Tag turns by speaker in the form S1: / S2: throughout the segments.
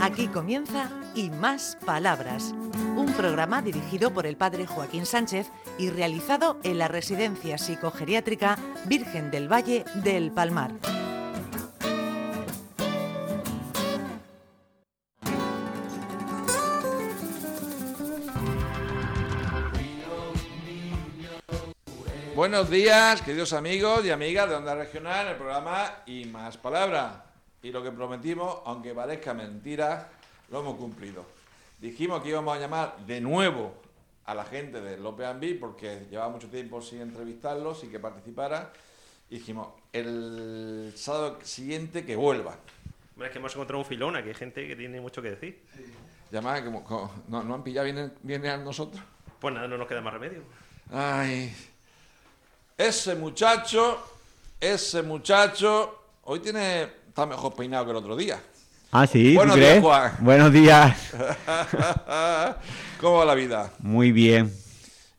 S1: Aquí comienza Y Más Palabras, un programa dirigido por el padre Joaquín Sánchez y realizado en la Residencia Psicogeriátrica Virgen del Valle del Palmar.
S2: Buenos días, queridos amigos y amigas de Onda Regional, el programa Y Más Palabras. Y lo que prometimos, aunque parezca mentira, lo hemos cumplido. Dijimos que íbamos a llamar de nuevo a la gente de López Ambi, porque llevaba mucho tiempo sin entrevistarlos y que participara. Y dijimos, el sábado siguiente que vuelva.
S3: Hombre, es que hemos encontrado un filón, aquí hay gente que tiene mucho que decir.
S2: Y además, como, como- no, no han pillado bien, bien a nosotros.
S3: Pues nada, no nos queda más remedio.
S2: Ay. Ese muchacho, ese muchacho, hoy tiene está mejor peinado que el otro día.
S4: Ah, sí, ¿tú
S2: Buenos
S4: crees?
S2: días, Juan.
S4: Buenos días.
S2: ¿Cómo va la vida?
S4: Muy bien.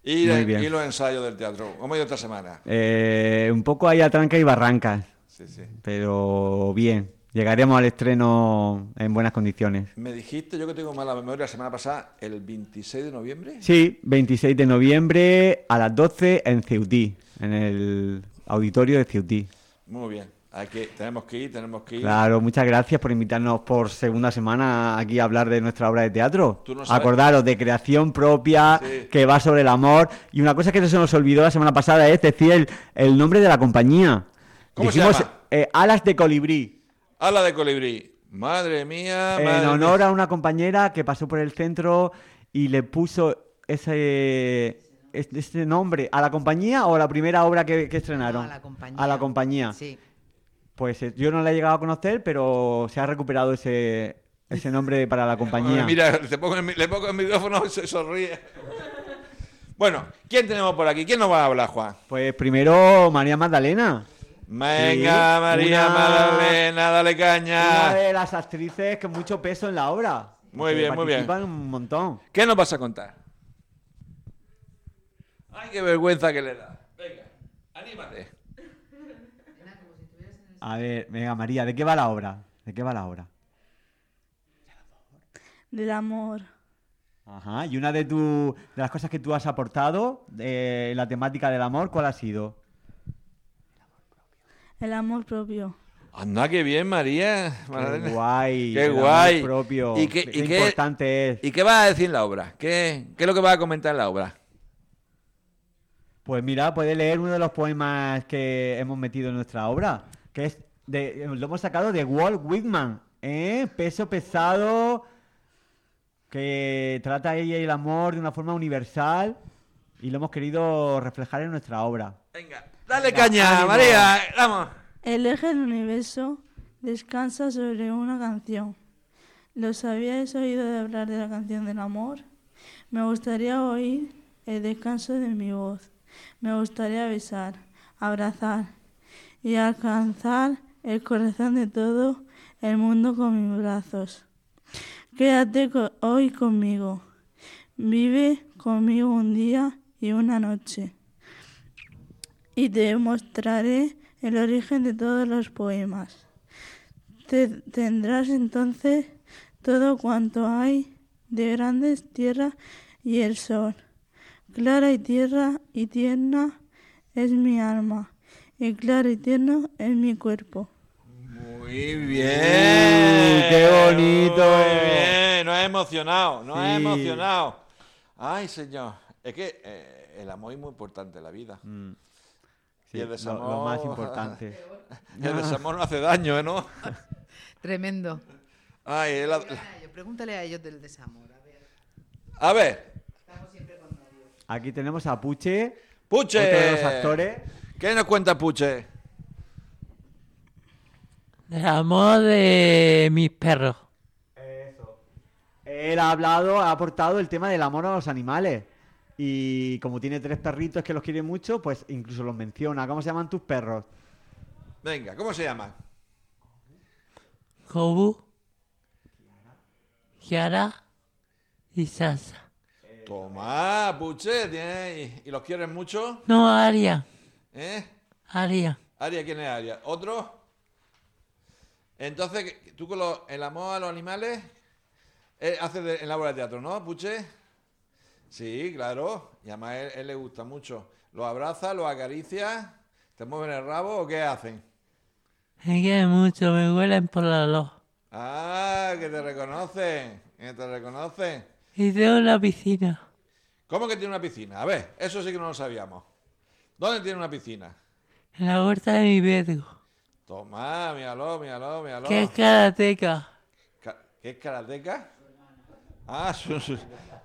S2: Y,
S4: Muy bien.
S2: y los ensayos del teatro. ¿Cómo ha ido esta semana?
S4: Eh, un poco hay atranca y barrancas,
S2: Sí, sí.
S4: pero bien. Llegaremos al estreno en buenas condiciones.
S2: Me dijiste, yo que tengo mala memoria, la semana pasada, el 26 de noviembre.
S4: Sí, 26 de noviembre a las 12 en Ceutí, en el auditorio de Ceutí.
S2: Muy bien. Hay que, tenemos que ir, tenemos que ir.
S4: Claro, muchas gracias por invitarnos por segunda semana aquí a hablar de nuestra obra de teatro.
S2: Tú no sabes-
S4: Acordaros de creación propia,
S2: Sí.
S4: que va sobre el amor. Y una cosa que se nos olvidó la semana pasada es decir el, el nombre de la compañía.
S2: ¿Cómo se
S4: Dijimos,
S2: llama?
S4: eh, Alas de Colibrí,
S2: Ala de colibrí. Madre mía, Ah, madre
S4: en honor
S2: mía.
S4: a una compañera que pasó por el centro y le puso ese, es- ese nombre a la compañía o a la primera obra que, que estrenaron.
S5: No, a la compañía.
S4: A la compañía.
S5: Sí.
S4: Pues eh, yo no la he llegado a conocer, pero se ha recuperado ese, ese nombre para la compañía.
S2: Mira, le pongo el, mi- le pongo el micrófono y se sonríe. Bueno, ¿quién tenemos por aquí? ¿Quién nos va a hablar, Juan?
S4: Pues primero María Magdalena,
S2: Venga,
S4: Sí,
S2: María
S4: una-
S2: Magdalena, dale
S4: una
S2: caña.
S4: de las actrices que mucho peso en la obra.
S2: Ah. Muy
S4: que
S2: bien, muy bien.
S4: Participan un montón.
S2: ¿Qué nos vas a contar? Ay, qué vergüenza que le da. Venga, anímate.
S4: A ver, venga María, ¿de qué va la obra? ¿De qué va la obra?
S6: Del amor.
S4: Ajá, y una de, tu, de las cosas que tú has aportado, eh, la temática del amor, ¿cuál ha sido?
S6: El amor propio.
S2: Anda, qué bien, María. Magdalena.
S4: Qué guay.
S2: Qué
S4: el amor
S2: guay.
S4: propio.
S2: ¿Y qué- y qué-
S4: importante es.
S2: ¿Y qué vas a decir en la obra? ¿Qué, qué es lo que vas a comentar en la obra?
S4: Pues mira, puedes leer uno de los poemas que hemos metido en nuestra obra, que es de, lo hemos sacado de Walt Whitman, ¿eh? Peso pesado, que trata ella el amor de una forma universal y lo hemos querido reflejar en nuestra obra.
S2: Venga, dale
S4: Venga,
S2: caña,
S4: ánimo.
S2: María. Vamos.
S6: El eje del universo descansa sobre una canción. ¿Los habíais oído de hablar de la canción del amor? Me gustaría oír el descanso de mi voz. Me gustaría besar, abrazar y alcanzar el corazón de todo el mundo con mis brazos. Quédate co- hoy conmigo. Vive conmigo un día y una noche. y te mostraré el origen de todos los poemas. Te- tendrás entonces todo cuanto hay de grandes tierra y el sol. Clara y tierra y tierna es mi alma, y claro y tierno es mi cuerpo.
S2: Muy bien.
S4: Uh, qué bonito.
S2: ¡Eh! Muy bien. Nos ha emocionado, nos ha
S4: Sí.
S2: emocionado. Ay, señor. Es que eh, el amor es muy importante en la vida.
S4: Mm. Sí,
S2: Y el
S4: lo-
S2: desamor-
S4: lo más importante. Ah.
S2: El desamor no hace daño, ¿eh, ¿no?
S5: Tremendo.
S2: Ay, el-
S5: Pregúntale a ellos, Pregúntale a ellos del desamor. A ver.
S2: A ver,
S4: Aquí tenemos a Puche,
S2: Puche.
S4: otro de los actores.
S2: ¿Qué nos cuenta Puche?
S7: Del amor de mis perros.
S4: Él ha hablado, ha aportado el tema del amor a los animales. Y como tiene tres perritos que los quiere mucho, pues incluso los menciona. ¿Cómo se llaman tus perros?
S2: Venga, ¿cómo se llama?
S7: Kobu, Kiara y Sasa.
S2: Tomá, Puche, tiene- ¿Y, y los quieres mucho?
S7: No, Aria.
S2: ¿Eh?
S7: Aria.
S2: Aria, ¿quién es Aria? ¿Otro? Entonces, ¿tú con los- el amor a los animales? Él hace de- en la obra de teatro, ¿no, Puche? Sí, claro. Y además él, él le gusta mucho. ¿Los abraza, los acaricia? ¿Te mueven el rabo o qué hacen?
S7: Me quiere mucho, me huelen por la luz.
S2: Ah, que te reconocen. Que te reconocen.
S7: Y tengo una piscina.
S2: ¿Cómo que tiene una piscina? A ver, eso sí que no lo sabíamos. ¿Dónde tiene una piscina?
S7: En la huerta de mi vergo.
S2: Tomá, míralo, míralo, míralo.
S7: Que es karateca.
S2: Ca- ¿Qué es karateca? Ah, su- su-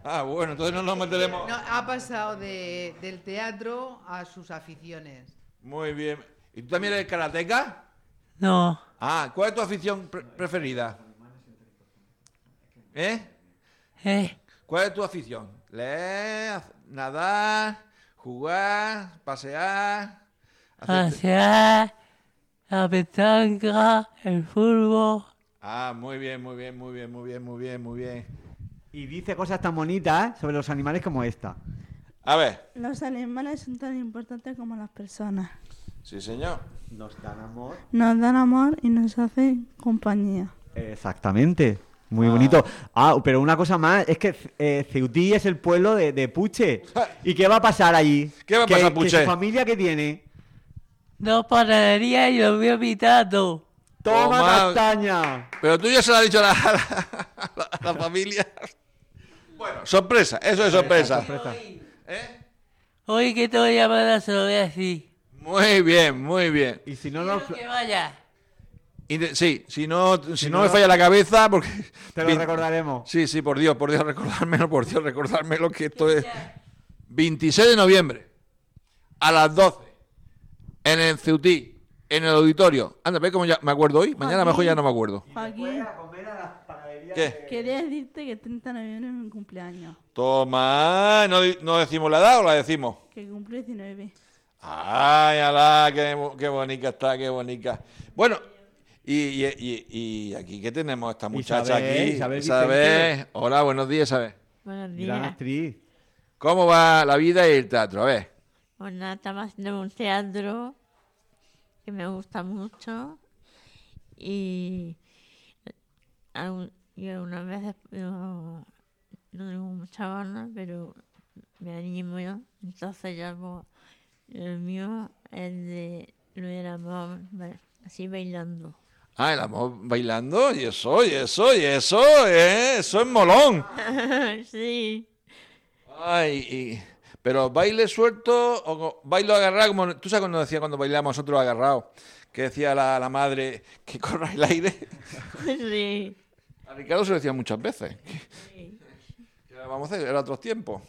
S2: ah, bueno, entonces no nos meteremos.
S5: No, ha pasado de- del teatro a sus aficiones.
S2: Muy bien. ¿Y tú también eres karateca?
S7: No,
S2: Ah, ¿cuál es tu afición pre- preferida? ¿Eh?
S7: eh,
S2: ¿Cuál es tu afición? Leer, nadar, jugar, pasear. hacer-
S7: Ah, pasear, la petanca, el fútbol.
S2: Ah, muy bien, muy bien, muy bien, muy bien, muy bien, muy bien.
S4: Y dice cosas tan bonitas sobre los animales como esta.
S2: A ver.
S6: Los animales son tan importantes como las personas.
S2: Sí, señor.
S4: Nos dan amor.
S6: Nos dan amor y nos hacen compañía.
S4: Exactamente. Muy bonito. Ah, pero una cosa más, es que eh, Ceutí es el pueblo de, de Puche. ¿Y qué va a pasar allí?
S2: ¿Qué va a
S4: Que-
S2: pasar,
S4: que
S2: Puche?
S4: su familia que tiene.
S7: Dos panaderías y los vio pitados.
S4: ¡Toma
S2: Toma.
S4: castaña!
S2: Pero tú ya se lo has dicho a la, a la- a la- a la familia. Bueno, sorpresa, eso es sorpresa. ¿Eh?
S7: Hoy que te voy a mandar se lo voy a decir.
S2: Muy bien, muy bien.
S4: Y si no
S7: Quiero
S4: lo,
S7: que vaya.
S2: Y de- Sí, si no, si
S4: Si
S2: no,
S4: no
S2: me
S4: lo-
S2: falla la cabeza, porque.
S4: te lo
S2: Bien.
S4: recordaremos.
S2: Sí, sí, por Dios, por Dios, recordármelo, por Dios, recordármelo que esto es. 26 de noviembre, a las 12, en el Ceutí, en el auditorio. Anda, ve cómo ya me acuerdo hoy. Mañana mejor ya no me acuerdo.
S6: Joaquín,
S2: ¿Qué?
S6: quería decirte que 30 de noviembre es mi cumpleaños,
S2: Toma, ¿no, di- no decimos la edad o la decimos?
S6: que cumple 19.
S2: Ay, alá, qué, bo- qué bonita está, qué bonita. Bueno, y, y- y- y aquí, ¿qué tenemos esta muchacha
S4: Isabel,
S2: aquí?
S4: Isabel Vicente.
S2: hola, buenos días, Isabel.
S8: Buenos
S4: Gran
S8: días.
S4: actriz.
S2: ¿Cómo va la vida y el teatro? A ver.
S8: Pues nada, estaba haciendo un teatro que me gusta mucho y algún- y algunas veces no, no tengo mucha ganas, pero me animo yo. Entonces yo hago, el mío es de lo del amor, ba- así bailando.
S2: Ah, el amor bailando, y eso, y eso, y eso, ¿eh? eso es molón.
S8: sí,
S2: Ay, y- pero baile suelto o co- bailo agarrado, como tú sabes cuando decía cuando bailábamos nosotros agarrados, que decía la, la madre que corra el aire.
S8: sí.
S2: A Ricardo se lo decía muchas veces. Que era, vamos a hacer, era otros tiempos.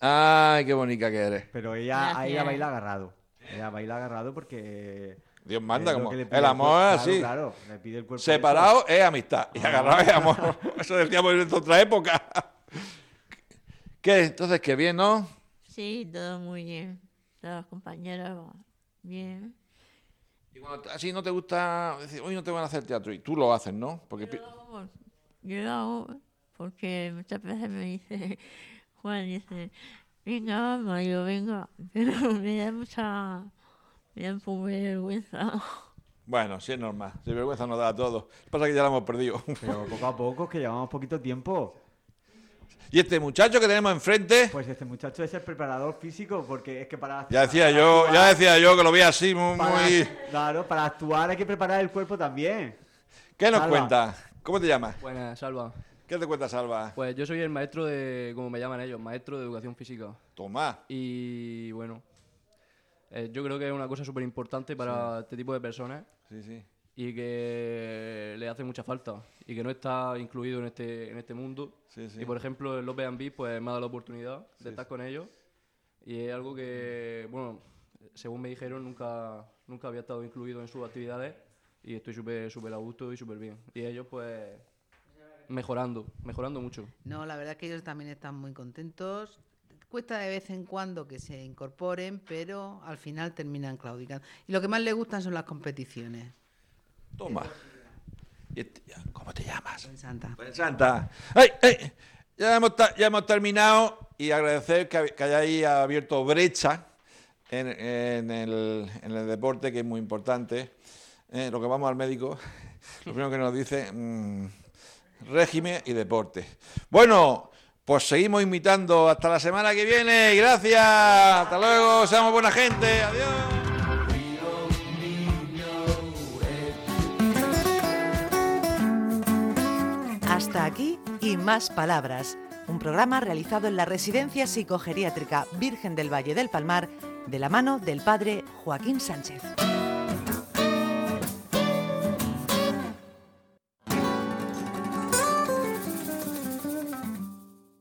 S2: Ay, qué bonita que eres.
S4: Pero ella, a ella
S8: Gracias.
S4: baila agarrado. Ella baila agarrado porque.
S2: Dios manda,
S4: es lo
S2: como
S4: que le
S2: el
S4: pide
S2: amor
S4: cuerpo.
S2: es así.
S4: Claro, claro, le pide el cuerpo.
S2: Separado es amistad y agarrado es amor. Eso decíamos en otra época. ¿Qué? Entonces, qué bien, ¿no?
S8: Sí, todo muy bien. Todos los compañeros, bien.
S2: Y cuando t- así no te gusta, decir, hoy no te van a hacer teatro y tú lo haces, ¿no? Porque pi-
S8: Yo lo hago por- yo lo hago porque muchas veces me dice, Juan dice, venga, vamos, y yo venga, pero me da mucha, me da un poco de vergüenza.
S2: Bueno, sí es normal. Si vergüenza nos da a todos. Lo que pasa es que ya lo hemos perdido.
S4: Pero poco a poco, que llevamos poquito tiempo.
S2: y este muchacho que tenemos enfrente,
S4: Pues este muchacho es el preparador físico, porque es que para.
S2: ya decía
S4: para
S2: yo,
S4: actuar-
S2: ya decía yo que lo veía así muy...
S4: para-
S2: muy-
S4: Claro, para actuar hay que preparar el cuerpo también.
S2: ¿Qué nos
S4: Salva.
S2: cuenta? ¿Cómo te llamas?
S9: Buenas, Salva.
S2: ¿Qué te cuenta, Salva?
S9: Pues yo soy el maestro de, como me llaman ellos, maestro de educación física.
S2: Tomás.
S9: Y bueno, eh, yo creo que es una cosa súper importante para este tipo de personas
S2: Sí, sí.
S9: y que le hace mucha falta y que no está incluido en este, en este mundo.
S2: Sí, sí.
S9: Y por ejemplo, el Open B pues me ha dado la oportunidad de estar con ellos y es algo que, bueno, según me dijeron, nunca, nunca había estado incluido en sus actividades y estoy súper súper a gusto y súper bien. Y ellos pues mejorando, mejorando mucho.
S5: No, la verdad es que ellos también están muy contentos. Cuesta de vez en cuando que se incorporen, pero al final terminan claudicando. Y lo que más les gustan son las competiciones
S2: Toma. Y este- ¿Cómo te llamas?
S5: en Santa.
S2: Pues Santa. ¡Ay, ay! Ya hemos, ta- ya hemos terminado y agradecer que, hab- que hayáis abierto brecha en, en el, en el deporte, que es muy importante. Eh, lo que vamos al médico, lo primero que nos dice, mm, régimen y deporte. Bueno, pues seguimos invitando hasta la semana que viene. Gracias. Hasta luego. Seamos buena gente. Adiós.
S1: Hasta aquí y más palabras, un programa realizado en la Residencia Psicogeriátrica Virgen del Valle del Palmar de la mano del padre Joaquín Sánchez.